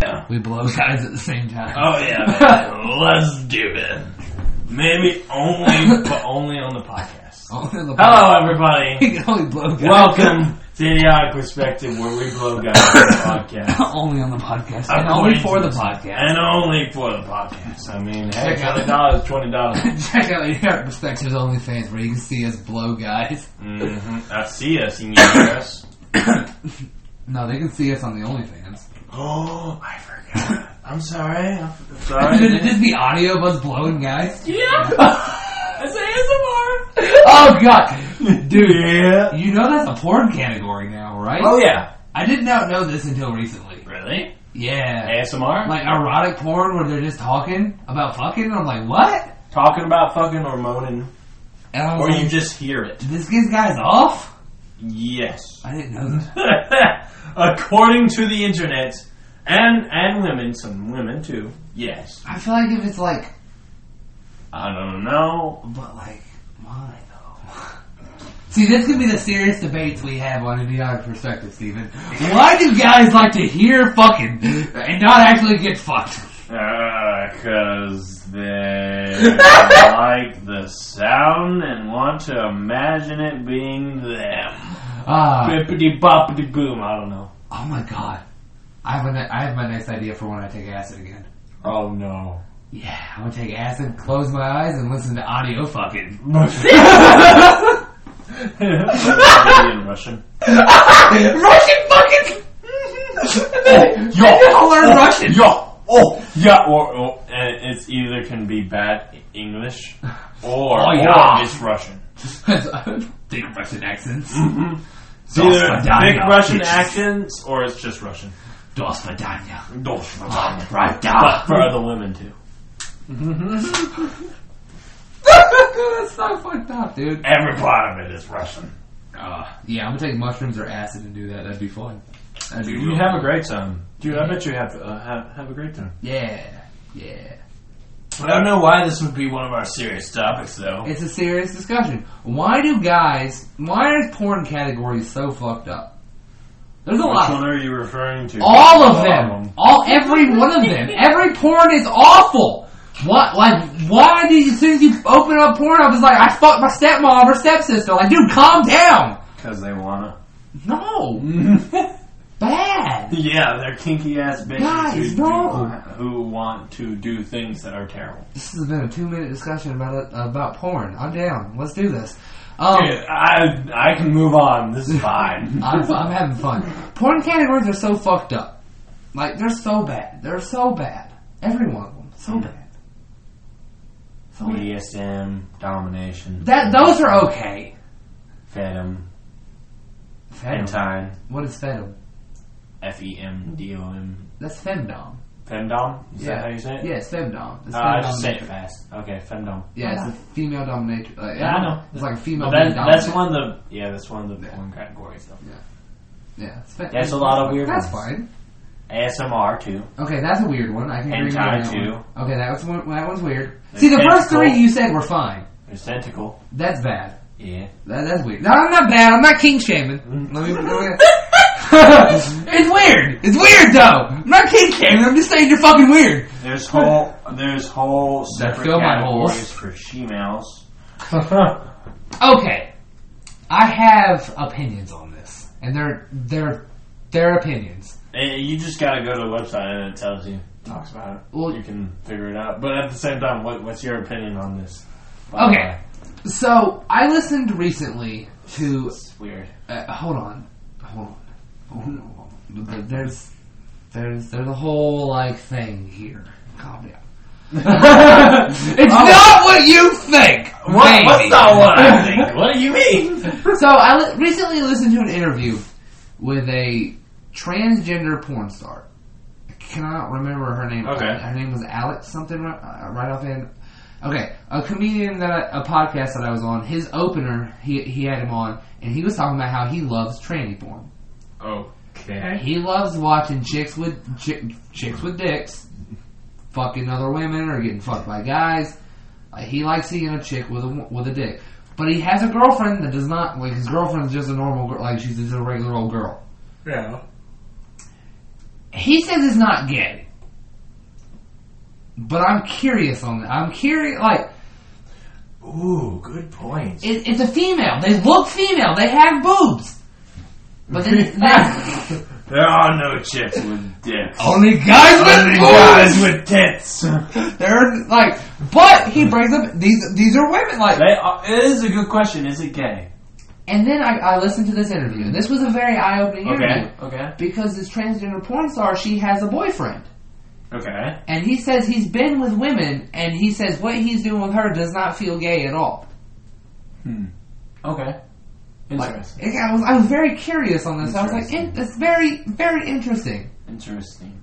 now. We blow guys at the same time. Oh yeah, man. let's do it. Maybe only, but only on the podcast. Only the Hello, everybody. You can only blow guys. Oh. Welcome to Idiotic Perspective, where we blow guys on the podcast. only on the podcast. I'm And only going for to the this- podcast. and only for the podcast. I mean, hey, Check out- twenty dollars, twenty dollars. Check out your perspectives OnlyFans where you can see us blow guys. hmm I see us, you hear us. No, they can see us on the OnlyFans. Oh, I forgot. I'm sorry. I'm Could it sorry. just be audio of us blowing guys? yeah, it's ASMR. Oh god, dude. Yeah. You know that's a porn category now, right? Oh yeah. I did not know this until recently. Really? Yeah. ASMR? Like erotic porn where they're just talking about fucking. I'm like, what? Talking about fucking or moaning, And I was or you like, just hear it? this gives guys off? Yes. I didn't know that. According to the internet, and and women, some women too. Yes. I feel like if it's like, I don't know. but like, why though? See, this could be the serious debates we have on an idiotic perspective, Steven. Why do guys like to hear fucking and not actually get fucked? Because Uh, they like the sound and want to imagine it being them. Ah, Bippity boppity boom, I don't know. oh my god. I have, an, I have my next idea for when I take acid again. Oh no. Yeah, I'm gonna take acid, close my eyes, and listen to audio fucking. in Russian. Russian fucking! Oh, Yo, yo, I'll learn oh, Russian! Yo, oh, yeah, or, or and it's either can be bad English or, Oh, or yeah. it's Russian. Big Russian accents. Mm-hmm. It's Dos either Vidania, big Russian bitches. accents or it's just Russian. Dos Vidania. Dos Vidania. Right But for other women too. That's so fucked up, dude. Every part of it is Russian. Uh, yeah, I'm gonna take mushrooms or acid and do that. That'd be fun. That'd be Dude, real you have a fun. great time, dude. I bet you have uh, have, have a great time. Yeah, yeah. I don't know why this would be one of our serious topics, though. It's a serious discussion. Why do guys? Why are porn categories so fucked up? There's a Which lot. one are you referring to? um, All of All them. All every one of them. Every porn is awful. What like why do you as soon as you open up porn I was like I fucked my stepmom or stepsister. Like, dude, calm down. Because they wanna. No. Bad. yeah, they're kinky ass bitches Guys, who, do- no. who want to do things that are terrible. This has been a two minute discussion about it, about porn. I'm down. Let's do this. Um Dude, I I can move on. This is fine. I'm, I'm having fun. Porn categories are so fucked up. Like they're so bad. They're so bad. Every one of them. So bad. So bad. BDSM, domination, That those are okay. fedom, Fem. hentai, What is fem? F E M D O M, That's femdom. femdom. Is Yeah. that how you say it? Yeah, it's femdom. It's Uh, I femdom just say it nature. fast. Okay, femdom. Yeah, it's a female dominatrix. Like, Yeah, I know. It's like a female. Well, that, being that's dominant. one of the yeah, that's one of the porn categories though. Yeah, it's fe- That's a lot of weird That's ones. fine. ASMR too. Okay, that's a weird one. I can agree with Hentai, that too. one. Okay, that was one. That one's weird. Like See, the first tentacle. three you said were fine. There's tentacle. That's bad. Yeah. That, that's weird. No, I'm not bad. I'm not king shaming. Let me. Let me it's weird. It's weird though. I'm not king shaming. I'm just saying you're fucking weird. There's whole there's whole separate fill my categories holes. for females. Okay, I have opinions on this, and they're they're they're opinions. And Eh, you just gotta go to the website and it tells you. Talks about it. Well- you can figure it out. But at the same time, what, what's your opinion on this? Uh, Okay. So I listened recently to. It's weird. Uh, hold on, hold on. Hold on. There- There's, there's, there's a whole like thing here. Calm down. it's not what you think. Oh, What, baby. what's not what I think? What do you mean? So I li- recently listened to an interview with a transgender porn star. I cannot remember her name. Uh, Okay. Her name was Alex something right, uh, right off in. Okay, a comedian that I, a podcast that I was on. His opener, he he had him on, and he was talking about how he loves tranny porn. Okay. He loves watching chicks with chick, chicks with dicks, fucking other women or getting fucked by guys. Like he likes seeing a chick with a wo- with a dick, but he has a girlfriend that does not like his girlfriend's just a normal girl, like she's just a regular old girl. Yeah. He says it's not gay. But I'm curious on that. I'm curious, like Ooh, good point. it, it's a female. They look female. They have boobs. But then There are no chicks with dicks. only guys with Only boobs. guys with tits. They're like, but he brings up these these are women like. They are, it is a good question. Is it gay? And then I, I listened to this interview, and this was a very eye opening interview Okay. Okay. because this transgender porn star she has a boyfriend, Okay. and he says he's been with women, and he says what he's doing with her does not feel gay at all. Hmm. Okay. Interesting. Like, I was I was very curious on this. I was like, Interesting. it, it's very very interesting. Interesting.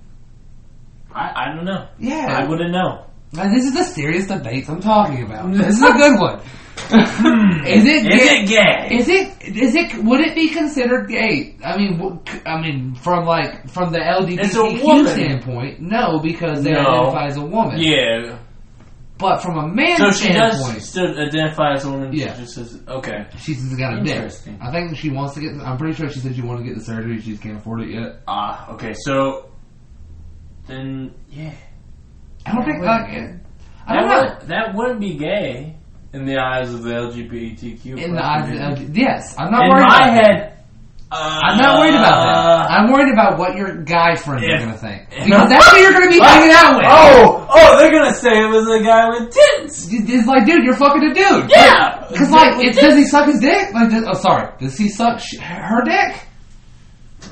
I, I don't know. I Yeah, wouldn't know. Now, this is the serious debates I'm talking about. This is a good one. is it? Is gay- it gay? Is it? Is it? Would it be considered gay? I mean, w- I mean, from like from the It's a woman. LGBTQ standpoint, no, because they No. identify as a woman. Yeah. But from a man's So she standpoint, does still identify as a woman. Yeah. She just says, okay. she says, "I got a dick." Interesting. I think she wants to get. I'm pretty sure she said she wanted to get the surgery. She just can't afford it yet. Ah, okay. So then, yeah. I don't Yeah, think. wait. Like, it- I don't that know. Would, that wouldn't be gay in the eyes of the LGBTQ. In the eyes of the LG- yes, I'm not In worried. my about that. head, uh, I'm not worried about that. I'm worried about what your guy friends If- are going to think because that's what you're going to be hanging out with. Oh, oh, they're gonna say it was a guy with tits. It's like, dude, you're fucking a dude. Yeah, Because like, it, does he suck his dick? Like, does, oh, sorry, does he suck sh- her dick?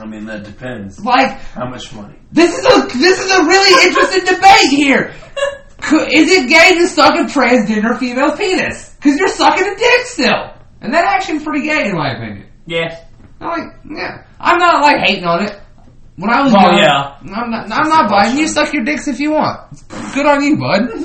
I mean, that depends. Like, How much money? this is a this is a really interesting debate here. Could, is it gay to suck a transgender female's penis? Because you're sucking a dick still, and that action's pretty gay in my opinion. Yes. I'm like, yeah, I'm not like hating on it. When I was Well, young, yeah. I'm not, I'm not buying. You suck your dicks if you want. Good on you, bud.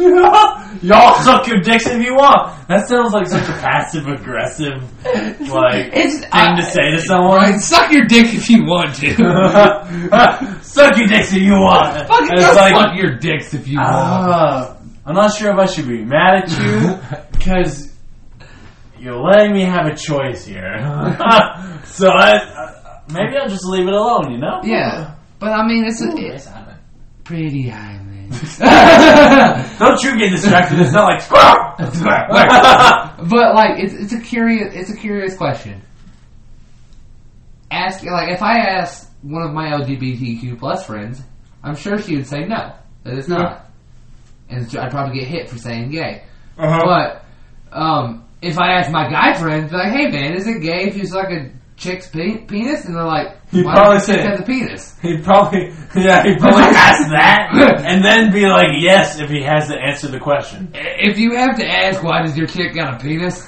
Y'all suck your dicks if you want. That sounds like such a passive aggressive like It's thing to say to someone. Right, suck your dick if you want to. suck your dicks if you want. Fucking And it's go like, suck your dicks if you want. ah, I'm not sure if I should be mad at you because you're letting me have a choice here. so I, I- maybe I'll just leave it alone. You know? Yeah, but I mean, it's a Yes, I know. pretty island. Don't you get distracted. It's not like squirrel, squirrel. but like, it's it's a curious it's a curious question. Ask like if I asked one of my LGBTQ plus friends, I'm sure she would say no, that it's not, and so I'd probably get hit for saying gay. Oh. Uh-huh. But um, if I ask my guy friends, like, hey man, is it gay if you suck a chick's pe- penis? And they're like, You why probably does the chick say- have the penis? He'd probably, yeah, he'd probably ask that and then be like, yes, if he has to answer the question. If you have to ask, why does your chick got a penis?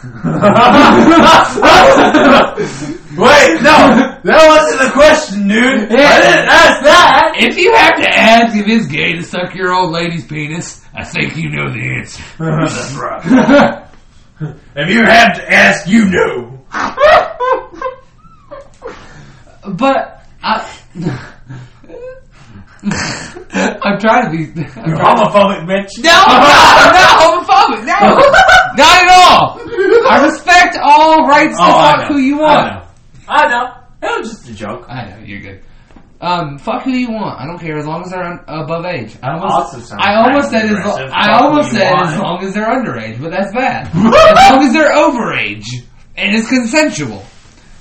Wait, no, that wasn't the question, dude. I didn't ask that. if you have to ask if it's gay to suck your old lady's penis, I think you know the answer. That's right. If you have to ask, you know. but I, I'm trying to be. I'm You're trying to- homophobic, bitch. no, I'm not, I'm not homophobic. No, not at all. I respect all rights to Oh, I fuck know. who you want. I know. I know. It was just a joke. I know you're good. Um, fuck who you want. I don't care as long as they're un- above age. I also almost, sounds I almost said as lo- aggressive. I Fuck who almost you said want. as long as they're underage, but that's bad. as long as they're overage and it's consensual.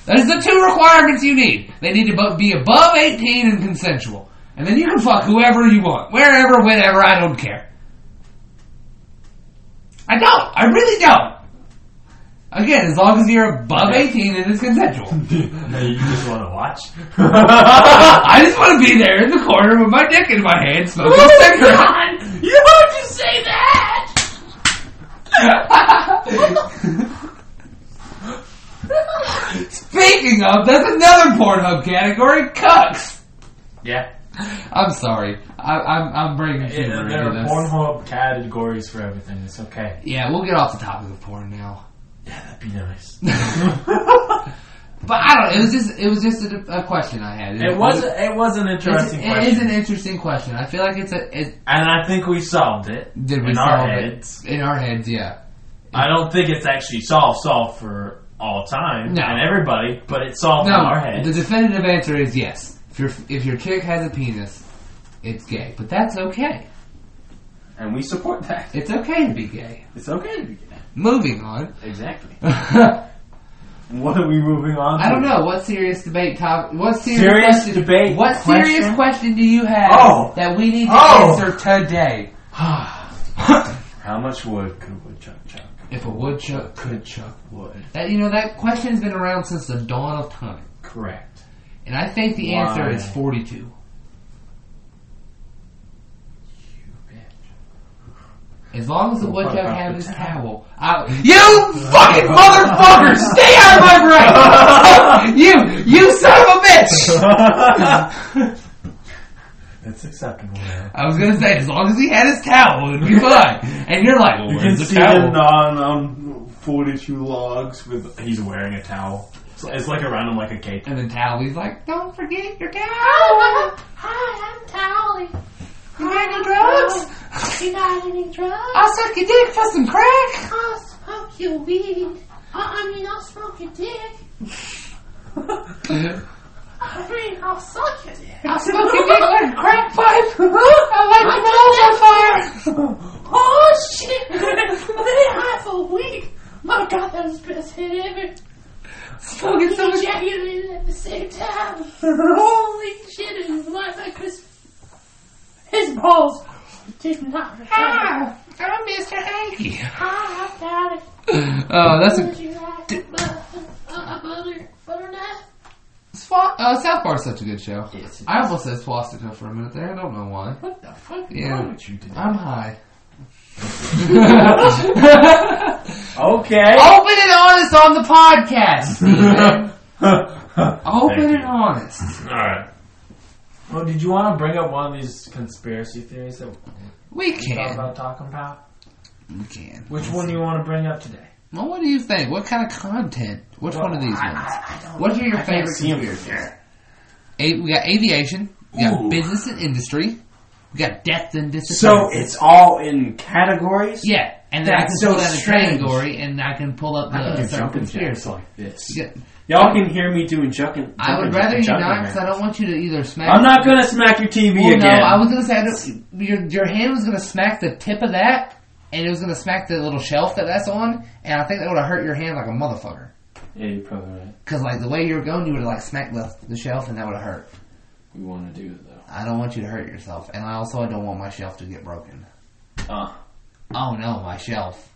That is the two requirements you need. They need to bo- be above eighteen and consensual, and then you can fuck whoever you want, wherever, whenever. I don't care. I don't. I really don't. Again, as long as you're above eighteen and it's consensual. you just want to watch? Oh I just want to be there in the corner with my dick in my hand smoking a cigarette. you heard you say that! Speaking of, that's another Pornhub category, cucks. Yeah. I'm sorry. I, I'm, I'm bringing Yeah, humor there are into this. Pornhub categories for everything. It's okay. Yeah, we'll get off the topic of porn now. That'd be nice. But I don't. It was just. It was just a, a question I had. it was it was an It's, interesting it question, is an interesting question. I feel like it's a. It, and I think we solved it did we in solve our it? heads. In our heads, yeah. I don't think it's actually solved solved for all time No. and everybody, but it's solved in our No, heads. the definitive answer is yes. If your if your chick has a penis, it's gay, but that's okay. and we support that. It's okay to be gay. It's okay to be gay. Moving on. Exactly. I What are we moving on? don't to? know what serious debate topic. What serious, Serious question, debate What serious question? question do you have Oh. that we need to Oh. answer today? How much wood could woodchuck chuck? if a woodchuck could chuck, Wood. that you know that question's been around since the dawn of time, Correct. and I think the Why? answer is forty-two. You bitch. As long as the What woodchuck about had the his towel? towel, I, you fucking motherfucker, stay out of my brain! you, you son of a bitch! That's acceptable. Now. I was gonna say, as long as he had his towel, it'd be fine. And you're like, well, You can where's the see him towel? on on forty-two logs with. He's wearing a towel. It's, it's like around him like a cape. And the towel, he's like, don't forget your towel! Hi, I'm Towley. You got any drugs? You got any drugs? I'll suck your dick for some crack! I'll smoke your weed. Uh, I, I mean, I'll smoke your dick. I mean, I'll suck your dick. I'll smoke your dick like a crack pipe! I'll light your balls on fire! Oh shit! I for a week. My god, that was the best hit ever. Smoking so much Ejaculated at the same time. Holy shit! It was like my Chris. His balls did not recover. Ah, Ah, I'm Mr. Hanky. Hi, I'm Towley. Oh, that's a Would you like a bu- a- a butter butter knife? Swa- uh, South Bar's such a good show. Yes, it I almost said swastika for a minute there. I don't know why. What the fuck is Yeah. wrong with you today? I'm high. Okay. Open and honest on the podcast. Steven. Open Thank and you. honest. All right. Well, did you want to bring up one of these conspiracy theories that We we thought can. about talking about? We can. Which one do you want to bring up today? Well, what do you think? What kind of content? Which Well, one of these I- ones? I- I don't- What are your I can't favorite see 'em. conspiracies? A- we got aviation. We got Ooh. business and industry. We got death and So disappearance. it's all in categories. yeah, and then I can That's so pull out a strange. category, and I can pull up the I can do certain jumping jacks conspiracy. like this. You got- Y'all can hear me doing jumping. I would jumping rather you jumping not, jacks. because I don't want you to either smack. I'm not gonna smack your TV Well, again. Oh, no, I was gonna say I don't- your your hand was gonna smack the tip of that, and it was gonna smack the little shelf that that's on, and I think that would have hurt your hand like a motherfucker. yeah, you're probably right. Because like the way you were going, you would have like smacked the, the shelf, and that would have hurt. We want to do it though. I don't want you to hurt yourself, and I also I don't want my shelf to get broken. Uh, Oh no, my shelf.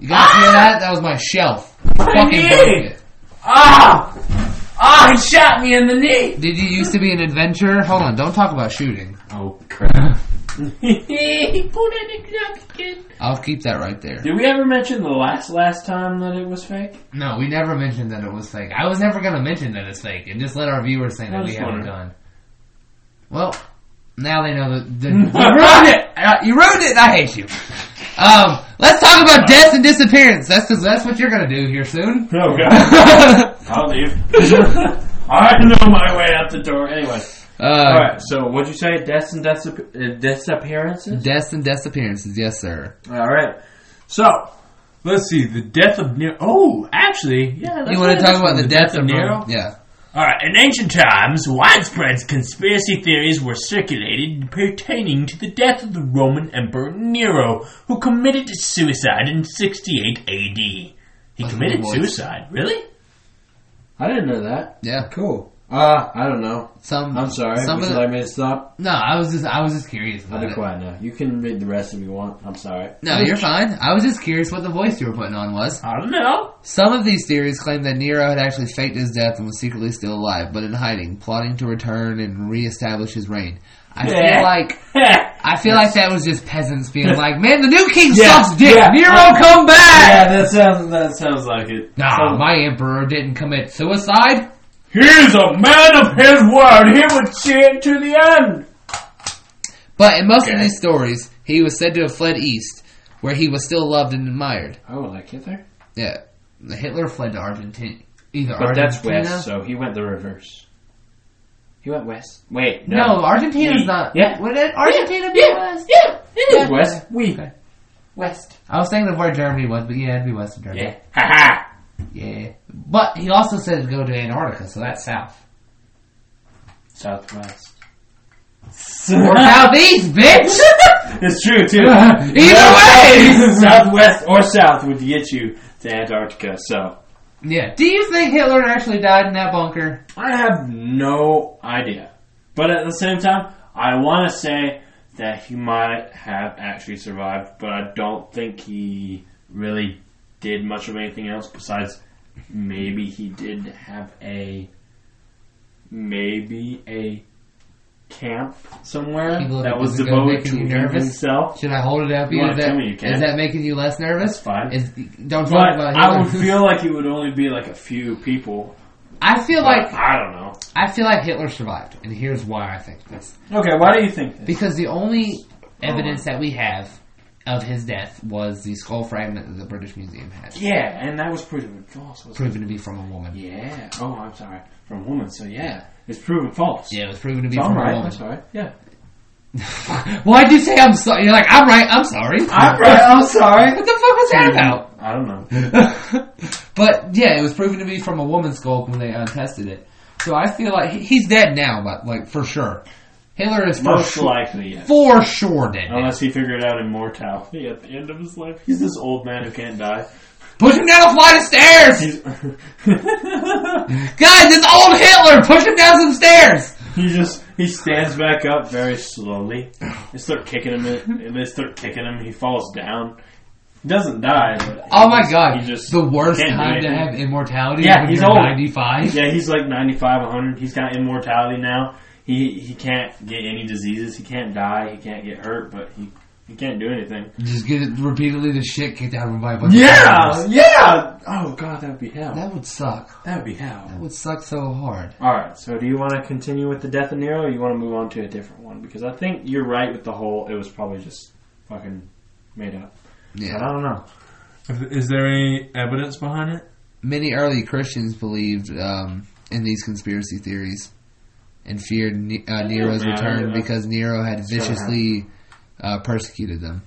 You guys hear Ah! that? That was my shelf. Fucking knee! broke it. ah, ah! He shot me in the knee. Did you used to be an adventurer? Hold on, don't talk about shooting. Oh crap! He Did pulled out a knife again. I'll keep that right there. we ever mention the last last time that it was fake? No, we never mentioned that it was fake. I was never going to mention that it's fake, and just let our viewers think that I we was haven't wondering. done. Well, now they know that the, you ruined it. Uh, You ruined it. and I hate you. Um, let's talk about death and disappearance. That's because that's what you're going to do here soon. Oh god! I'll leave. I know my way out the door. Anyway. Uh, All right. So what'd you say? Deaths and deaths, uh, disappearances. Deaths and disappearances. Yes, sir. All right. So let's see. The death of Nero. Oh, actually, yeah. that's you want right, to talk that's about one, the death of um, Nero? Yeah. All right. In ancient times, widespread conspiracy theories were circulated pertaining to the death of the Roman Emperor Nero, who committed suicide in 68 A.D. He That's committed what it was. suicide. Really? I didn't know that. Yeah. Cool. Uh, I don't know. Some. I'm sorry. Some of would you the, like me to stop? no, I was just I was just curious I'll about be it. quiet now. You can read the rest if you want. I'm sorry. No, you're fine. I was just curious what the voice you were putting on was. I don't know. Some of these theories claim that Nero had actually faked his death and was secretly still alive, but in hiding, plotting to return and reestablish his reign. I Yeah. feel like yeah, I feel like that was just peasants being like, "Man, the new king Yeah, sucks dick. yeah. Nero, come back!" that sounds that sounds like it. Nah, my emperor didn't commit suicide. He's a man of his word. He would see it to the end. But in most of Okay. these stories, he was said to have fled east, where he was still loved and admired. Oh, like Hitler? Yeah, Hitler fled to Argentina. Either But that's Argentina. west, so he went the reverse. He went west. Wait, no. no, Argentina's not. Yeah. would it, Argentina be Yeah, yeah, it It is. is west. We. Okay. West. I was thinking of where Germany was, but yeah, it'd be Western Germany. Yeah. Ha ha. Yeah. But he also said to go to Antarctica, so that's south. Southwest. or southeast, bitch! It's true too. Either way! Southwest or south would get you to Antarctica. So Yeah. Do you think Hitler actually died in that bunker? I have no idea, but at the same time, I want to say that he might have actually survived, but I don't think he really did much of anything else besides maybe he did have a maybe a camp somewhere People that that was doesn't go devoted to making you him nervous? himself. Should I hold it up? You Is wanna that, tell me you can. is that making you less nervous? That's fine. Is, don't talk But about I Hitler. would feel like it would only be like a few people. I feel Like like I don't know. I feel like Hitler survived, and here's why I think this. Okay, why do you think this? Because the only evidence that we have of his death was the skull fragment that the British Museum had, Yeah, and that was proven false. Wasn't proven to be from a woman. it? Yeah, Yeah. Oh, I'm sorry. From a woman. So yeah, it's proven false. it was proven to be So from I'm right. a I'm woman. sorry. Yeah. Why'd you say I'm sorry? You're like I'm right. I'm sorry. I'm right, I'm sorry. What the fuck was that about? Mm-hmm. I don't know. but yeah, it was proven to be from a woman's skull when they untested it. So I feel like he- he's dead now, but like for sure, Hitler is for Most sure, likely, yes. for sure dead. now. Unless he figured out immortality at the end of his life. He's this old man who can't die. Push him down a flight of stairs. He's Guys, it's old Hitler! Push him down some stairs! he just he stands back up very slowly. They start kicking him. In, they start kicking him. He falls down. He doesn't die. But he Oh my just- god. He just the worst can't do time to anything. have immortality Yeah, yeah, when he's you're old. 95. Yeah, he's like 95, 100. He's got immortality now. He he can't get any diseases. He can't die. He can't get hurt. But he he can't do anything. Just get it repeatedly the shit kicked out of him by a bunch of dogs. yeah. Oh god, that would be hell. That would suck. That would be hell. That would suck so hard. All right. So, do you want to continue with the death of Nero, or you want to move on to a different one? Because I think you're right with the whole. It was probably just fucking made up. But Yeah. I don't know. Is there any evidence behind it? Many early Christians believed um, in these conspiracy theories and feared Ne- uh, Nero's man, return yeah. because Nero had So happened. viciously uh, persecuted them.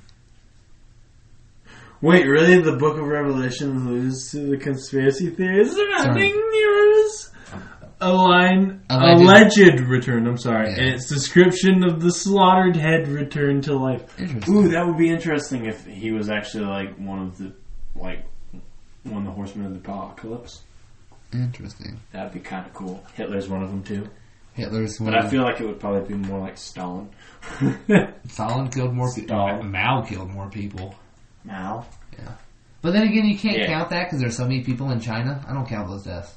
Wait, really? The Book of Revelation alludes to the conspiracy theories surrounding Nero's A line Alleged. alleged return. I'm sorry, Yeah. and its description of the slaughtered head returned to life. Interesting. Ooh, that would be interesting if he was actually like one of the like one of the horsemen of the apocalypse. Interesting. That'd be kind of cool. Hitler's one of them too, Hitler's one but of I the- feel like it would probably be more like Stalin. Stalin killed more people. Stalin. Mao killed more people. Mao. But then again, you can't Yeah. count that because there's so many people in China. I don't count those deaths.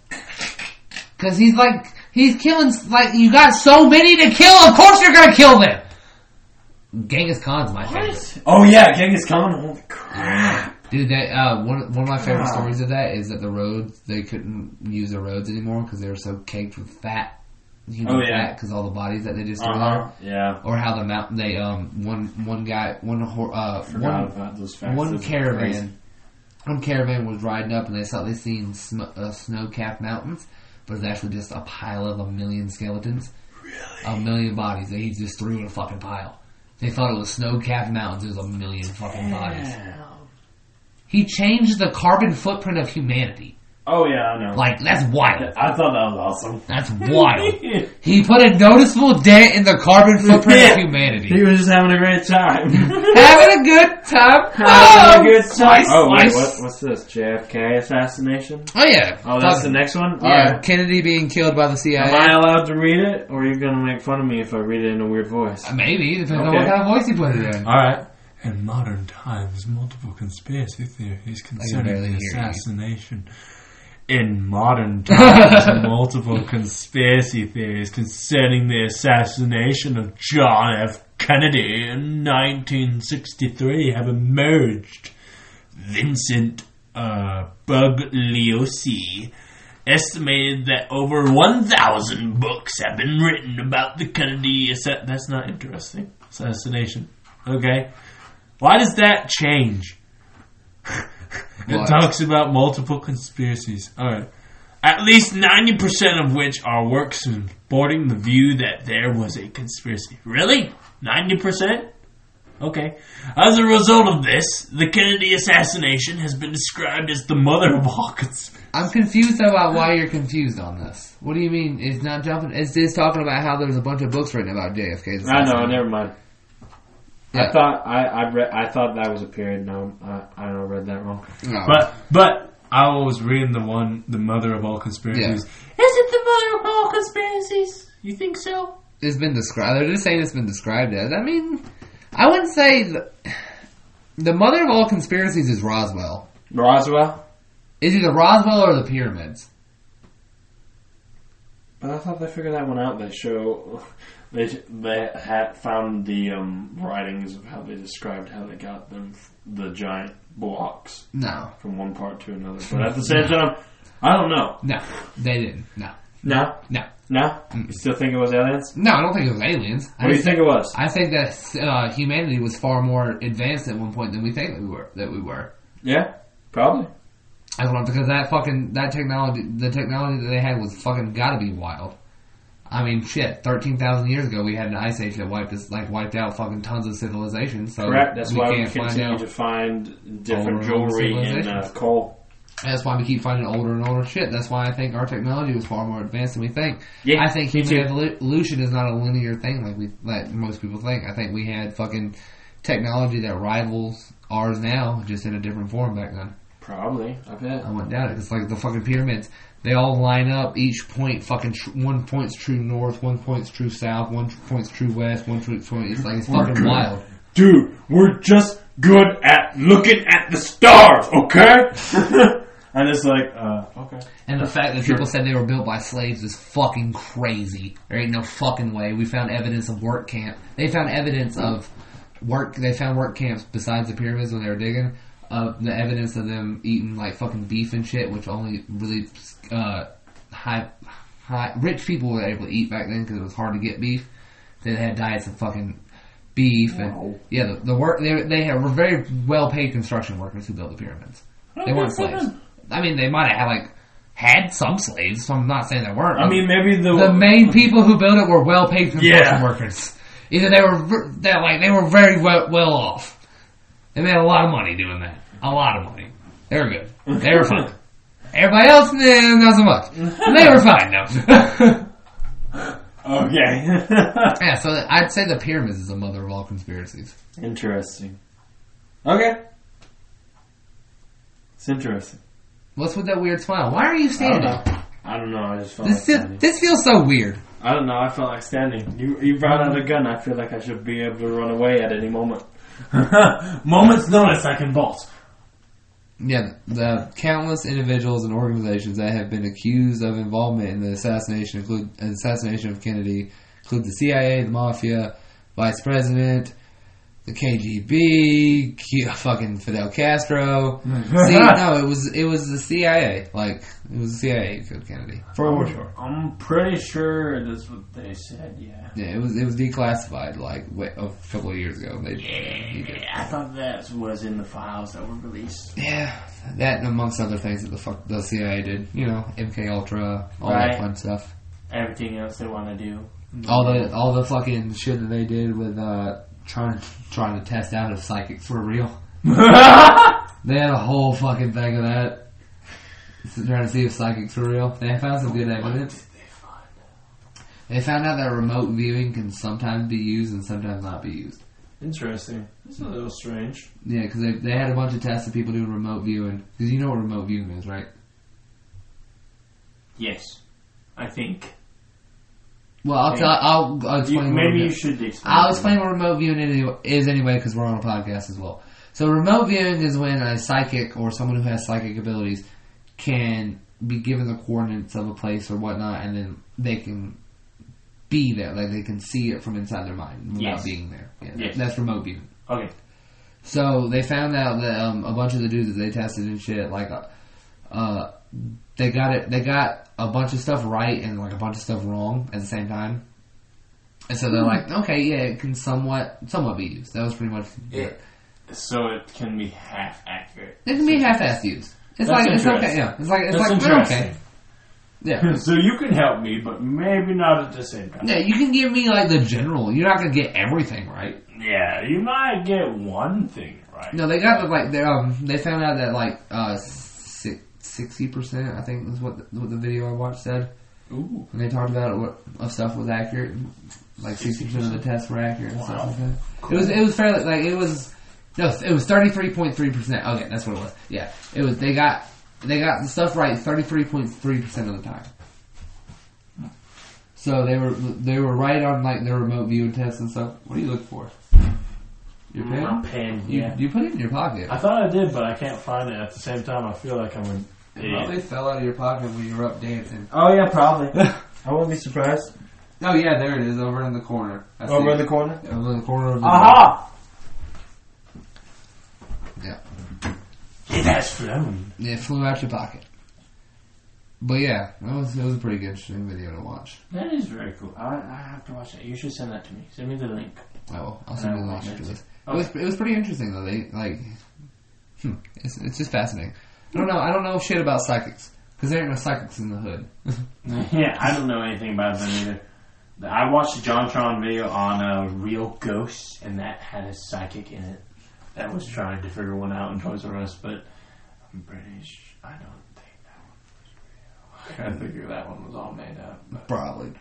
Because he's like, he's killing, like, you got so many to kill, of course you're going to kill them! Genghis Khan's my favorite. Oh yeah, Genghis Khan. Holy crap! Dude, that, uh, one, one of my favorite Ah. stories of that is that the roads, they couldn't use the roads anymore because they were so caked with fat. Human Oh, yeah. Because all the bodies that they just threw Uh there. huh. Yeah. Or how the mountain, they, um, one, one guy, one, hor- uh, Forgot one, about those facts. one Those are caravan, crazy. one caravan was riding up, and they thought they seen sm- uh, snow-capped mountains, but it's actually just a pile of a million skeletons, a million bodies that he just threw in a fucking pile. They thought it was snow-capped mountains. It was a million fucking bodies. Yeah. He changed the carbon footprint of humanity. Oh yeah, I know. Like that's wild. I thought that was awesome. That's wild. He put a noticeable dent in the carbon footprint of Yeah. humanity. he was just having a great time. Having a good time. Have Oh, a good time. slice, Oh wait, slice. what, what's this? JFK assassination? Oh yeah. Oh, that's the Fucking- next one. Yeah, Alright. Kennedy being killed by the CIA. Am I allowed to read it, or are you gonna make fun of me if I read it in a weird voice? Maybe, depending on Okay. what kind of voice he put it in. All right. In modern times, multiple conspiracy theories concerning barely the hear you. assassination. In modern times, multiple conspiracy theories concerning the assassination of John F. Kennedy in 1963 have emerged. Vincent uh, Bugliosi estimated that over 1,000 books have been written about the Kennedy assa- That's not interesting. Assassination. Okay. Why does that change? it What? talks about multiple conspiracies. Alright. At least 90% of which are works supporting the view that there was a conspiracy. Really? 90%? Okay. As a result of this, the Kennedy assassination has been described as the mother of all conspiracies. I'm confused about why you're confused on this. What do you mean? It's not jumping. It's just talking about how there's a bunch of books written about JFK. I know. Never mind. Yeah. I thought I I, read, I thought that was a period. No, I I don't know, read that wrong. No. But but I was reading the one, the mother of all conspiracies. it the mother of all conspiracies? You think so? it's been described. They're just saying it's been described as. I mean, I wouldn't say the, the mother of all conspiracies is Roswell. Roswell. It's either Roswell or the pyramids. But I thought they figured that one out. They show they they had found the um, writings of how they described how they got them the giant blocks No, from one part to another. But at the same time, I don't know. no, they didn't. No, No, no, no. You still think it was aliens? no. I don't think it was aliens. I What do you just- think it was? I think that uh, humanity was far more advanced at one point than we think that we were. That we were. Yeah, probably. That's what I'm- because that fucking that technology, the technology that they had was fucking gotta be wild. I mean, shit, thirteen thousand years ago we had an ice age that wiped us, like wiped out fucking tons of civilizations. So Correct. That's Oh, we why we can't find continue out. to find All different the jewelry and uh, civilizations. coal. That's why we keep finding older and older shit. That's why I think our technology was far more advanced than we think. Yeah, I think me human evolution is not a linear thing like we like most people think. I think we had fucking technology that rivals ours now, just in a different form back then. Probably. I bet. I wouldn't doubt it. It's like the fucking pyramids. They all line up. Each point, fucking tr- one point's true north, one point's true south, one tr- point's true west, one true point. It's like it's fucking wild. Dude, we're just good at looking at the stars, okay? and it's like, uh, okay. And the fact that people said they were built by slaves is fucking crazy. There ain't no fucking way. We found evidence of work camp. They found evidence of work. They found work camps besides the pyramids when they were digging. Of the evidence of them eating like fucking beef and shit, which only really uh, high, high rich people were able to eat back then because it was hard to get beef. They had diets of fucking beef and Wow. yeah, the, the work they they had- were very well paid construction workers who built the pyramids. They weren't slaves. I mean, they might have had like had some slaves. So I'm not saying they weren't. I mean, maybe the, the main people who built it were well paid construction Yeah. workers. Either they were ver- they're like they were very well, well off. They made a lot of money doing that. A lot of money. They were good. They were fine. Everybody else, eh, not so much. They were fine though. Okay. yeah, so I'd say the pyramids is the mother of all conspiracies. interesting. Okay. It's interesting. What's with that weird smile? Why are you I don't standing? know. I don't know. I just felt This like feel, standing. this feels so weird. I don't know. I felt like standing. You you brought out a gun. I feel like I should be able to run away at any moment. Moments notice, I can bolt. Yeah, the countless individuals and organizations that have been accused of involvement in the assassination include assassination of Kennedy include the CIA, the mafia, vice president, the KGB, Q, fucking Fidel Castro. See, no, it was it was the CIA. Like it was the CIA who killed Kennedy for sure. I'm pretty sure that's what they said. Yeah. Yeah, it was it was declassified like wa- a couple of years ago. They, he did. I thought that was in the files that were released. Yeah, that and amongst other things that the fuck the CIA did. You know, MK Ultra, all Right. that fun stuff. Everything else they want to do. all the all the fucking shit that they did with uh trying trying to test out if psychics were real. They had a whole fucking thing of that. S- Trying to see if psychics were real. They found some good evidence. They found out that remote viewing can sometimes be used and sometimes not be used. Interesting. It's a little strange. Yeah, because they, they had a bunch of tests of people doing remote viewing. Because you know what remote viewing is, right? Yes, I think. Well, I'll, tell, I'll, I'll You, explain. what maybe it you is. should explain. I'll explain what remote viewing any- is anyway because we're on a podcast as well. So remote viewing is when a psychic or someone who has psychic abilities can be given the coordinates of a place or whatnot, and then they can be there, like they can see it from inside their mind without Yes. being there. Yeah, Yes. That's remote viewing. Okay. So they found out that um, a bunch of the dudes that they tested and shit, like, uh, uh, they got it. They got a bunch of stuff right and like a bunch of stuff wrong at the same time. And so they're like, okay, yeah, it can somewhat, somewhat be used. That was pretty much. It, So it can be half accurate. can be half-assed used. It's That's like it's okay. interesting. Yeah, it's like it's That's like we're okay. interesting. Yeah, so you can help me, but maybe not at the same time. yeah. You can give me like the general. You're not gonna get everything right. Yeah, you might get one thing right. No, they got the, like they um they found out that like uh sixty percent I think is what the, what the video I watched said. Ooh. And they talked about it, what of stuff was accurate and like sixty percent of the tests were accurate. And stuff like that. It was it was fairly like it was no it was thirty three point three percent. Okay, that's what it was. Yeah, it was they got they got the stuff right thirty three point three percent of the time. So they were they were right on like their remote viewing tests and stuff. What do you look for? Your Mm, pen? My pen, You, yeah. you put it in your pocket. I thought I did, but I can't find it. At the same time, I feel like I'm an It idiot. probably fell out of your pocket when you were up dancing. Oh yeah, probably. I wouldn't be surprised. Oh yeah, there it is, over in the corner. I see Over in it. the corner. over in the corner of the Aha! Yeah. It has flown. It flew out your pocket. But yeah, that was, it was a pretty good interesting video to watch. That is very cool. I, I have to watch that. You should send that to me. Send me the link. I will. I'll send you the I'll link watch after it. this. It was it was pretty interesting though. They like, hmm, it's it's just fascinating. I don't know. I don't know shit about psychics because there ain't no psychics in the hood. yeah, I don't know anything about them either. But I watched a JonTron video on uh, real ghosts, and that had a psychic in it that was trying to figure one out in Toys R Us, but I'm pretty sure I don't think that one was real. I figure that one was all made up. But Probably.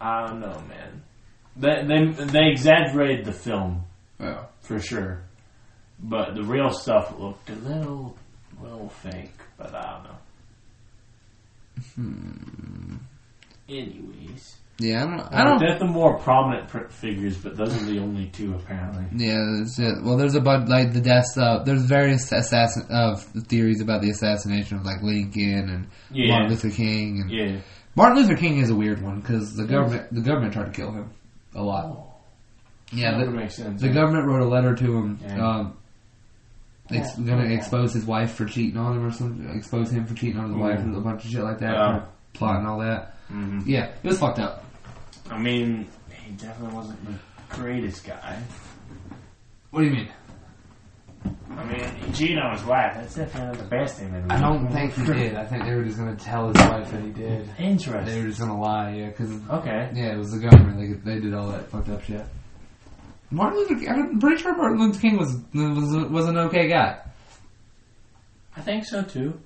I don't know, man. They, they, they exaggerated the film Yeah. for sure, but the real stuff looked a little, little fake. But I don't know. Anyways. Hmm. Yeah. I don't. I I don't. They're the more prominent pr- figures, but those are the only two apparently. Yeah. That's it. Well, there's a bunch like the deaths of there's various assassin of theories about the assassination of like Lincoln and Yeah. Martin Luther King and Yeah, Martin Luther King is a weird one because the government the government tried to kill him a lot. Yeah, that would the, make sense. the government wrote a letter to him, Yeah. um, ex- Yeah. gonna expose his wife for cheating on him or something, expose him for cheating on his wife and a bunch of shit like that, Yeah. plot and all that. Mhm. Yeah, it was fucked up. I mean, he definitely wasn't the greatest guy. What do you mean? I mean, he cheated on his wife. That's definitely not the best thing that I don't think he did. I think they were just gonna tell his wife that he did. They Interesting. were just gonna lie, yeah, because Okay. yeah, it was the government. They they did all that fucked up shit. Martin Luther, King, I'm pretty sure Martin Luther King was was was an okay guy. I think so too.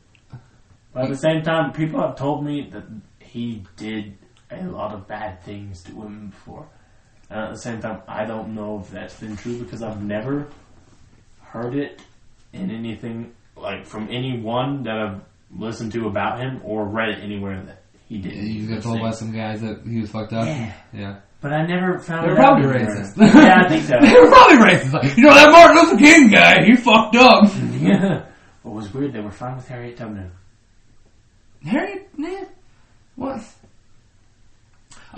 But at the same time, people have told me that he did a lot of bad things to women before. And at the same time, I don't know if that's been true because I've never heard it in anything like from anyone that I've listened to about him or read it anywhere that he did. You got those told by things. some guys that he was fucked up. Yeah. yeah. But I never found. They were it out probably anywhere. racist. yeah, I think so. they were probably racist. Like, you know that Martin Luther King guy, he fucked up. yeah. What was weird, they were fine with Harriet Tubman. Harriet, nah, what?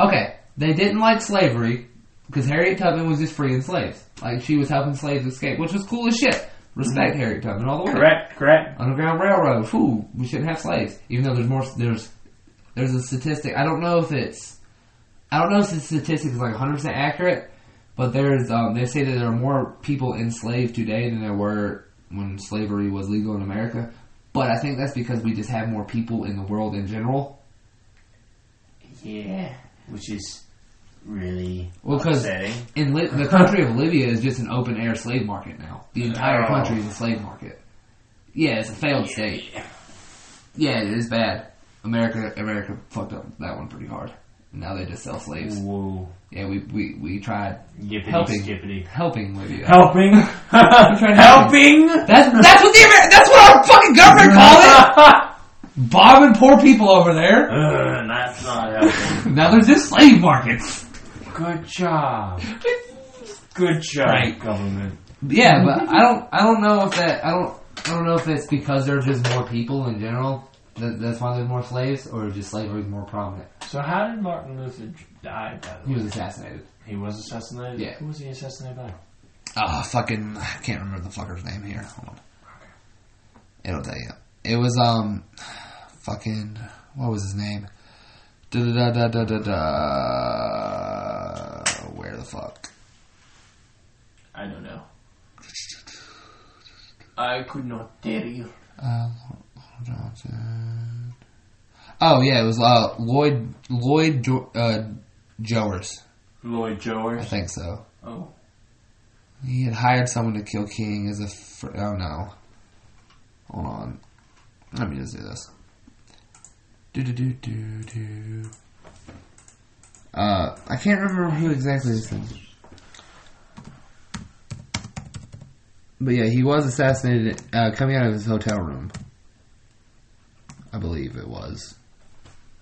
Okay, they didn't like slavery because Harriet Tubman was just freeing slaves. Like she was helping slaves escape, which was cool as shit. Respect Harriet Tubman all the way. Mm-hmm. Correct. Correct. Underground Railroad. Whew, we shouldn't have slaves. Even though there's more, there's there's a statistic. I don't know if it's, I don't know if the statistic is like 100 percent accurate, but there's um, they say that there are more people enslaved today than there were when slavery was legal in America. But I think that's because we just have more people in the world in general. Yeah. Which is really Well, because upsetting. in Li- the country of Libya is just an open air slave market now. The entire Oh. country is a slave market. Yeah, it's a failed state. Yeah, it is bad. America, America fucked up that one pretty hard. Now they just sell slaves. Whoa. Yeah, we we, we tried Yippity Helping. skippity. helping Libya. Helping. trying to- Helping. That's that's what the Amer- that's what our fucking government called Ugh, it. Bombing poor people over there. Uh, that's not helping. Now there's just slave markets. Good job. Good job, Right. government. Yeah, but I don't I don't know if that I don't I don't know if it's because there's just more people in general. That, that's why there's more slaves, or just slavery is more prominent. So how did Martin Luther die? By the He way, was assassinated. he was assassinated. Yeah. Who was he assassinated by? Oh, fucking, I can't remember the fucker's name here. Hold on. It'll tell you. It was, um, fucking, what was his name? Da da da da da da da. Where the fuck? I don't know. I could not tell you. Uh, hold on. a second. Oh, yeah, it was, uh, Lloyd, Lloyd, jo- uh, Jowers. Lloyd I George. think so. Oh. He had hired someone to kill King as a. Fr- oh no. Hold on. Let me just do this. Do do do do do. Uh, I can't remember who exactly this is. But yeah, he was assassinated uh, coming out of his hotel room. I believe it was.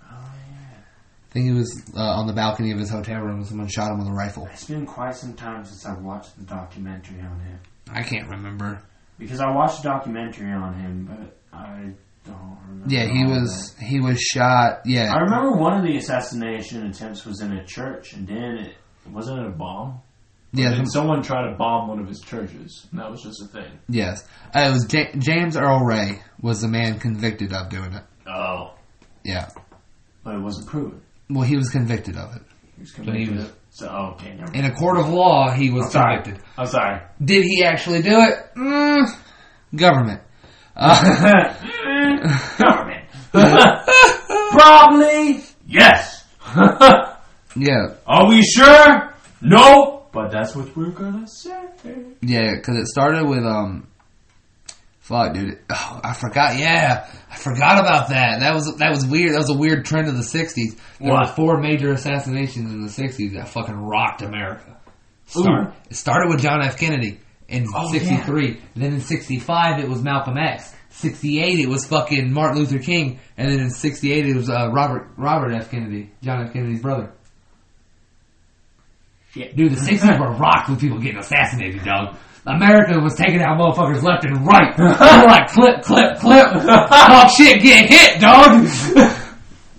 Oh, I think he was uh, on the balcony of his hotel room and someone shot him with a rifle. It's been quite some time since I've watched the documentary on him. I can't remember. Because I watched a documentary on him, but I don't remember. Yeah, he Oh, all of was he was shot. that. Yeah, I remember one of the assassination attempts was in a church, and then it Wasn't it a bomb? yeah, Did someone try to bomb one of his churches? And that was just a thing. yes. Uh, it was J- James Earl Ray was the man convicted of doing it. Oh. Yeah, but it wasn't proven. well, he was convicted of it He was he convicted. was- of- so oh, okay, never mind. in a court of law. He was convicted. I'm sorry. Did he actually do it? Mm, government. Uh, Government. Probably yes. yeah, Are we sure? No. But that's what we're gonna say. yeah, because it started with um, fuck, dude. Oh, I forgot. Yeah, I forgot about that. That was that was weird. That was a weird trend of the '60s. There were What? four major assassinations in the '60s that fucking rocked America. Start, it started with John F. Kennedy in '63. Then in '65 it was Malcolm X. '68 it was fucking Martin Luther King, and then in '68 it was uh, Robert Robert F. Kennedy, John F. Kennedy's brother. Shit. Dude, the '60s were rocked with people getting assassinated, dog. America was taking out motherfuckers left and right. They were like clip, clip, clip. Talk shit, get hit, dog.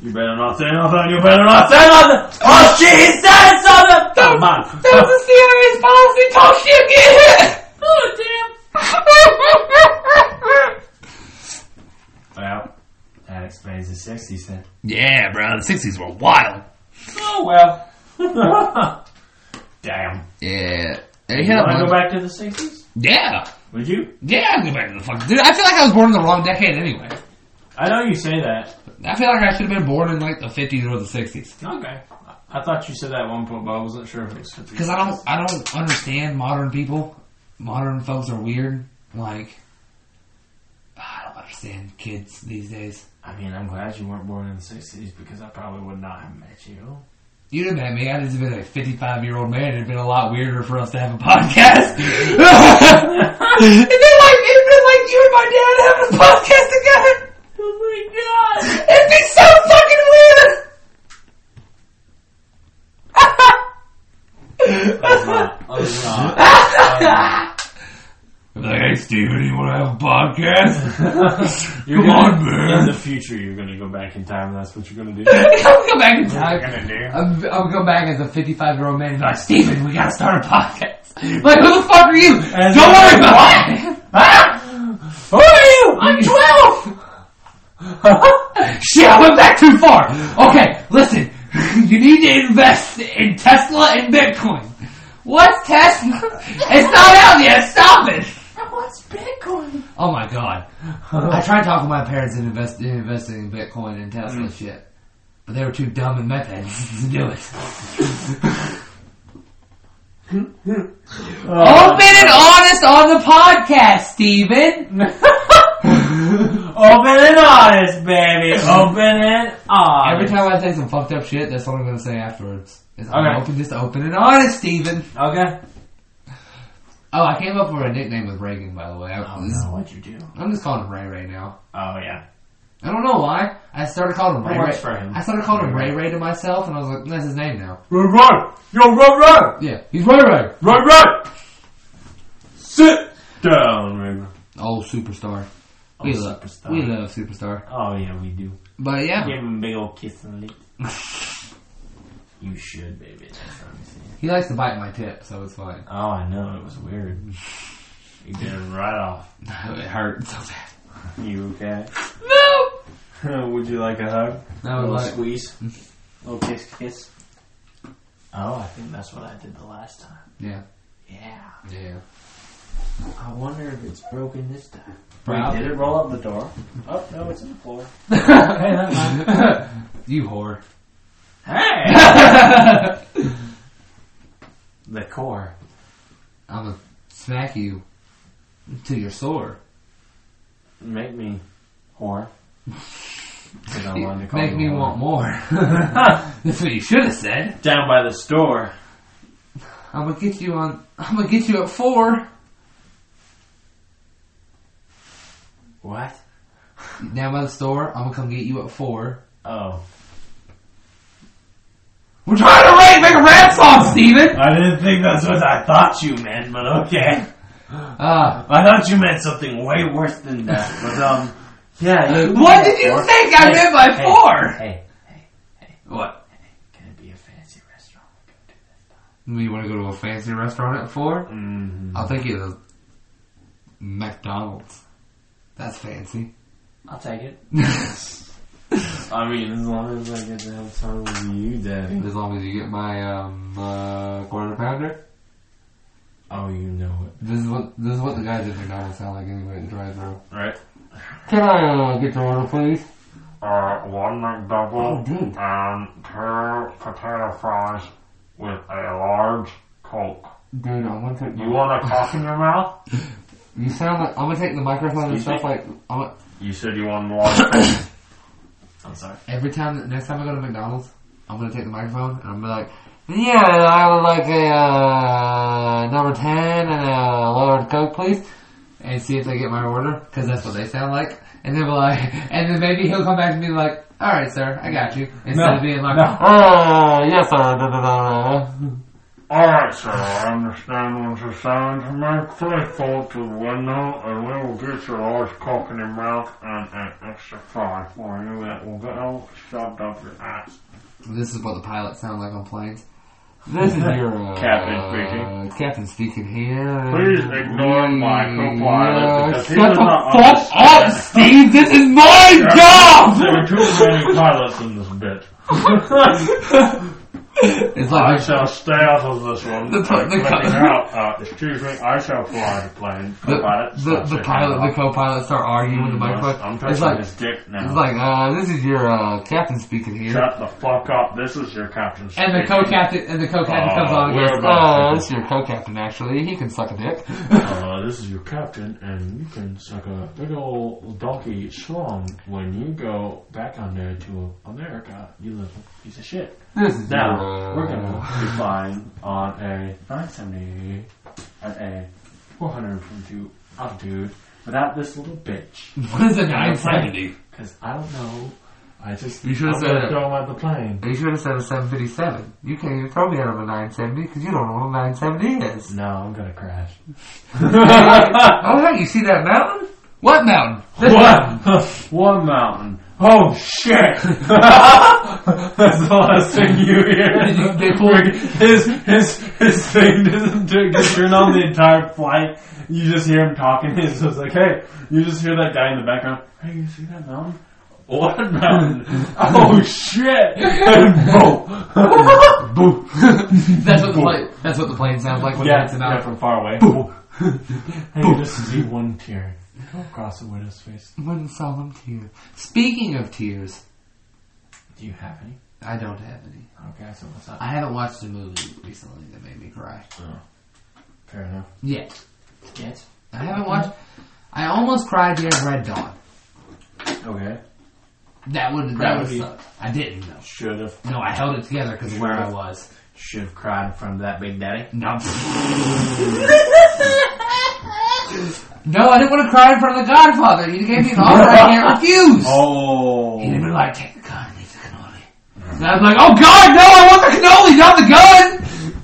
You better not say nothing. You better not say nothing. Oh shit! He said something. Oh man. That was a serious policy. Talk shit, get hit. Oh damn. Well, that explains the sixties then. Yeah, bro, the '60s were wild. Oh well. Damn. Yeah. And he You had a want bunch- to go back to the sixties? Yeah. Uh, Would you? Yeah, I go back to the fuck. Dude, I feel like I was born in the wrong decade anyway. I know you say that. I feel like I should have been born in like the 50s or the 60s. Okay. I- I thought you said that at one point, but I wasn't sure if it was 50. Because I don't, I don't understand modern people. Modern folks are weird. Like, I don't understand kids these days. I mean, I'm glad you weren't born in the sixties because I probably would not have met you. You'd have met me. I'd just been a 55 year old man. It'd been a lot weirder for us to have a podcast. it'd been like, it'd been like you and my dad having a podcast together. Oh my god. It'd be so fucking weird. Like, hey, Steven, you want to have a podcast? You're Come gonna- on, man. In the future, you're gonna go back in time. That's what you're gonna do. I'll go back in time. gonna do. I'm, I'll go back as a 55 year old man and be like, Steven, we gotta start a podcast. Like, who the fuck are you? And- Don't worry about it. Who are you? I'm 12! Shit, I went back too far. Okay, listen. You need to invest in Tesla and Bitcoin. What's Tesla? It's not out yet. Stop it. And what's Bitcoin? Oh my god. I tried talking to my parents into invest, in investing in Bitcoin and Tesla Mm. shit. But they were too dumb and method to do it. Open and honest on the podcast, Steven. Open and honest, baby. Open and honest. Every time I say some fucked up shit, that's what I'm gonna say afterwards. Is I'm Okay. open, just open and honest, Steven. Okay. Oh, I came up with a nickname with Reagan, by the way. Oh, I, what'd you do? I'm just calling him Ray Ray now. Oh yeah. I don't know why. I started calling him Ray That Ray. works for him. I started calling him Ray Ray to myself, and I was like, that's his name now. Run, run, yo, run, run, Yeah, he's Ray Ray. run, run. Sit down, Raven. Old superstar. Oh, We love superstar. we love superstar. Oh yeah, we do. But yeah, Give him a big old kiss and lick. you should, baby. That's what I'm saying. he likes to bite my tip, so it's fine. Oh, I know. It was weird. You did it right off. it hurt so bad. You okay? No. Would you like a hug? I would like. squeeze. little kiss, kiss. Oh, I think that's what I did the last time. Yeah. Yeah. Yeah. I wonder if it's broken this time. Probably. Did it roll up the door? Oh, no, it's in the floor. you whore. Hey! I'm the core. gonna smack you to your sore. Make me whore. I don't mind to call Make them me all. want more. That's what you should have said. Down by the store. I'm gonna get you on. I'm gonna get you at four. What? Down by the store. I'm gonna come get you at four. Oh. We're trying to rap, make a rap song, Steven! I didn't think that's what I thought you meant, but okay. Uh, I thought you meant something way worse than that, but um, yeah. You Uh, what did you think I meant by hey, four? Hey, What? can it be a fancy restaurant? You want to go to a fancy restaurant at four? Mm, I'll take you to McDonald's. That's fancy. I'll take it. I mean, as long as I get to have time with you, Daddy. As long as you get my um, uh, quarter pounder. Oh, you know it, This is what this is what the guys at McDonald's sound like anyway in drive through. right? Can I uh, get your order, please? Uh, one Oh, McDouble dude. and two potato fries with a large Coke. Dude, I'm gonna take. You want a cock in your mouth? You sound like I'm gonna take the microphone and stuff like. I'm gonna- You said you wanted a large Coke. I'm sorry. every time, next time I go to McDonald's, I'm gonna take the microphone and I'm gonna be like, yeah, I would like a uh, number ten and a large coke, please, and see if they get my order because that's what they sound like. And then be like, and then maybe he'll come back and be like, all right, sir, I got you. Instead of being like, no. oh yes, sir. Da, da, da, da. Alright, sir, I understand what you're saying to me. Please go to the window and we will get your large Coke in your mouth and an extra fry for you that will go shoved up your ass. This is what the pilots sound like on planes. This is your uh, Captain speaking. Captain speaking here. Mm, Please ignore my co-pilot Yeah, because he shut was the not on fuck this up, ship. Steve. This is my There job. were too many pilots in this bitch. It's I like the, shall stay out of this one. The pi- the Making co- out, uh, excuse me, I shall fly the plane. the, pilot, the, the, pilot, the co-pilot start arguing with the microphone. Mm, I'm it's touching like his dick now. it's like uh, this is your uh, captain speaking here. Shut the fuck up. This is your captain. And the co-captain and the co-captain Uh, comes on and we're goes, about to- "Uh, this is your co-captain actually. He can suck a dick." Uh, this is your captain, and you can suck a big old donkey schlong when you go back on there to America, you little piece of shit. this is Now, your, uh, we're gonna be flying on a 970 at a 442 altitude without this little bitch. What is a nine seventy? Because I don't know. I just. You should've I'm said gonna it. Throw out the plane. You should have said a 757. You can't even throw me out of a 970 because you don't know what a 970 is. No, I'm gonna crash. oh, hey, you see that mountain? What mountain? This mountain. What? One mountain. Oh shit! That's the last thing you hear. They pull- his his his thing doesn't do- get turned on the entire flight. You just hear him talking. He's just like, hey, you just hear that guy in the background. Hey, you see that mountain? What mountain? oh shit! And boom, boom. That's what the plane. That's what the plane sounds like when Yeah, it's a yeah, mountain. from far away. Boom. and you just see one tear across the widow's face. One solemn tear. Speaking of tears, Do you have any? I don't have any. Okay, so what's up? I haven't watched a movie recently that made me cry Fair enough. yet. Yes. I haven't watched. I almost cried during Red Dawn. Okay. That would that would Gravity. suck. I didn't though. Should have No, I held it together because of where I was. should have cried in front of that big daddy. No. no, I didn't want to cry in front of the Godfather. You gave me an offer I can't refuse. Oh. He was like, take the gun, leave the cannoli. And I was like, oh God, no, I want the cannoli, not the gun!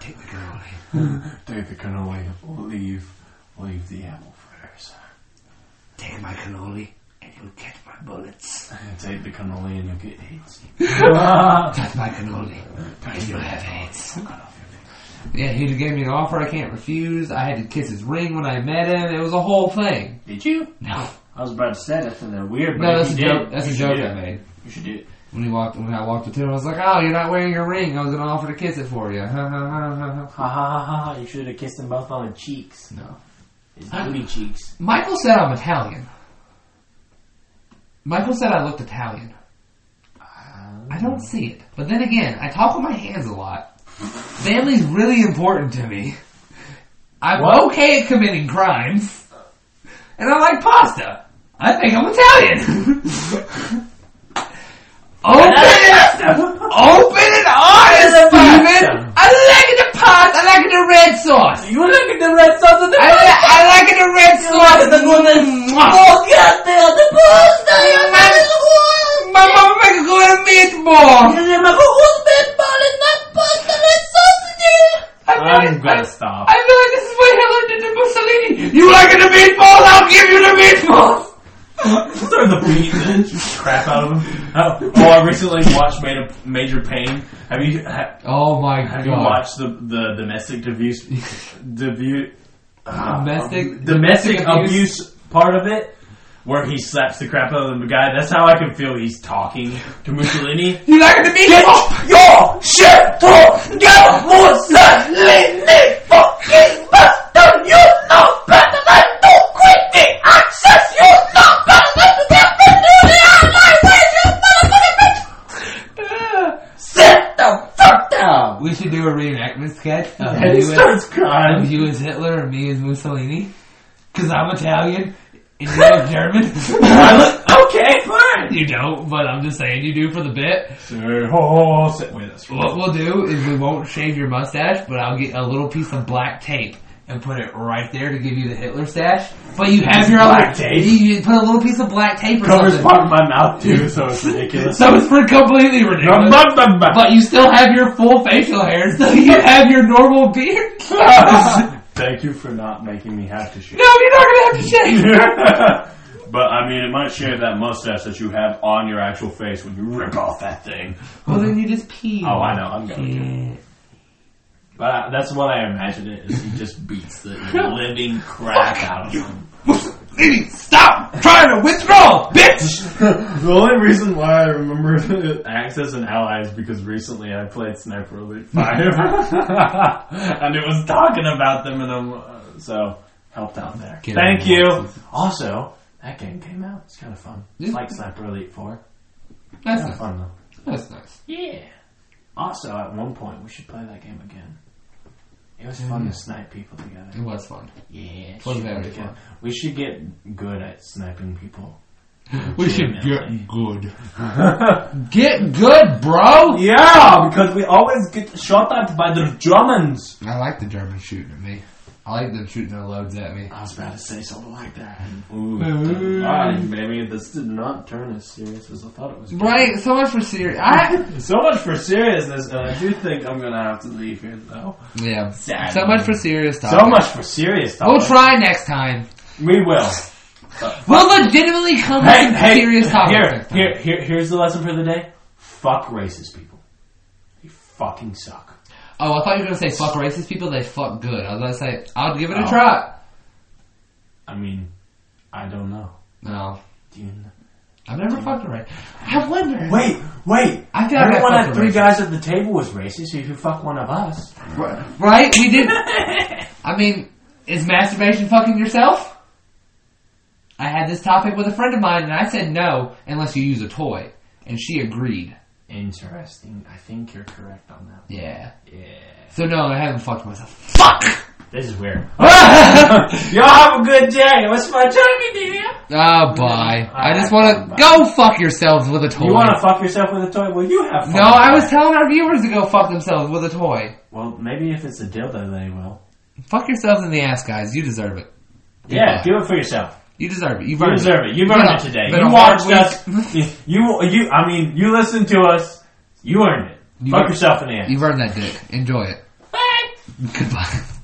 Take the cannoli. Take the cannoli. Leave. Leave the apple fritters. Take my cannoli, and you'll catch my bullets. Take the cannoli and you'll get AIDS. That's my cannoli, and you'll have AIDS. Yeah, he gave me an offer I can't refuse. I had to kiss his ring when I met him. It was a whole thing. Did you? No, I was about to say that's something weird, but no, if that's a you joke. did, That's a you joke should do I it. made. You should do it. When he walked, when I walked up to him, I was like, "Oh, you're not wearing your ring. I was gonna offer to kiss it for you." no. Ha ha ha ha! ha. You should have kissed them both on the cheeks, his booty cheeks. Michael said I'm Italian. Michael said I looked Italian. I don't see it. But then again, I talk with my hands a lot. Family's really important to me. I'm okay at committing crimes, and I like pasta. I think I'm Italian. Open it up! Open and honest, Steven! I like the pasta, I like the red sauce! You look at the red sauce and the I, li- I like the red sauce! The Oh, God, they are the pasta! My mama make a good meatball! I feel I'm like- I- gonna stop. I feel like this is what Hitler did to Mussolini. You like the meatballs? I'll give you the meatballs. Throw the beat and just crap out of him. Oh, oh, I recently watched Major, Major Pain. Have you ha, Oh my have god! you watched the the domestic abuse debu, Domestic domestic abuse. abuse part of it? Where he slaps the crap out of the guy. That's how I can feel he's talking to Mussolini. You like the meatballs? Oh, Your shit for your Mussolini fucking bastard! You know better than to quit the access! You know better than to get the newly allied ways, you motherfucking bitch! Sit the fuck down! We should do a reenactment sketch of And he you, as, starts crying. of you as Hitler and me as Mussolini. Because I'm Italian and you're German. I look, okay, fine. you don't, but I'm just saying you do for the bit. Sir, oh, sit with us. What we'll do is we won't shave your mustache, but I'll get a little piece of black tape and put it right there to give you the Hitler stash. But you have your Black own tape? You, you put a little piece of black tape or Covers something. part of my mouth too, so it's ridiculous. So it's for completely ridiculous. But- But you still have your full facial hair, so you have your normal beard. no, Thank you for not making me have to shave. you're not gonna have to shave. but I mean, it might shave that mustache that you have on your actual face when you rip off that thing. Well, then you just pee. Oh, I know, I'm going to. But I, that's what I imagine it is. He just beats the living crap out of him. Lady, stop trying to withdraw, bitch. the only reason why I remember Access and Allies because recently I played Sniper Elite 5. and it was talking about them, and I'm, uh, so helped out there. Get Thank on you. Also, that game came out. It's kind of fun. It's Yeah. like Sniper Elite 4. That's Kind of nice. fun, though. That's nice. Yeah. Also, at one point, we should play that game again. It was fun Mm. to snipe people together. It was fun. Yeah, it Was should very be good. fun. We should get good at sniping people. We should Definitely. get good. Get good, bro. Yeah, because we always get shot at by the Germans. I like the Germans shooting at me. I like them shooting their loads at me. I was about to say something like that. Ooh. Ooh, Alright, maybe this did not turn as serious as I thought it was. going Right, so much for serious. I, to. So much for seriousness, and I do think I'm gonna have to leave here though. yeah, Sad. so much for serious talk. So much for serious. Topic. We'll try next time. We will. We'll legitimately come Hey, to hey, serious topics here, next time. here, here, here's the lesson for the day. Fuck racist people. They fucking suck. Oh, I thought you were gonna say fuck racist people. They fuck good. I was gonna say I'll give it a try. I mean, I don't know. No, Do you know? I've never fucked a racist. I wonder. Wait, wait. I think I got Everyone at fucked a three racist. guys at the table was racist. So if you fuck one of us, Right? We did. I mean, is masturbation fucking yourself? I had this topic with a friend of mine, and I said no unless you use a toy, and she agreed. interesting. I think you're correct on that. Yeah. Yeah, So no, I haven't fucked myself. Fuck. Ah, this is weird. Y'all have a good day. It was fun talking to you. Oh, bye. I just want to go fuck yourselves with a toy. You want to fuck yourself with a toy? Well, you have. Fun no, I was telling our viewers to go fuck themselves with a toy. well, maybe if it's a dildo, they will. Fuck yourselves in the ass, guys. You deserve it. Goodbye. Yeah, do it for yourself. You deserve it. You've You earned deserve it. You've earned Been it a- today. been You a watched hard us. You, you. I mean, you listened to us. You earned it. You Fuck earned- yourself in the ass. You've earned that dick. Enjoy it. Goodbye.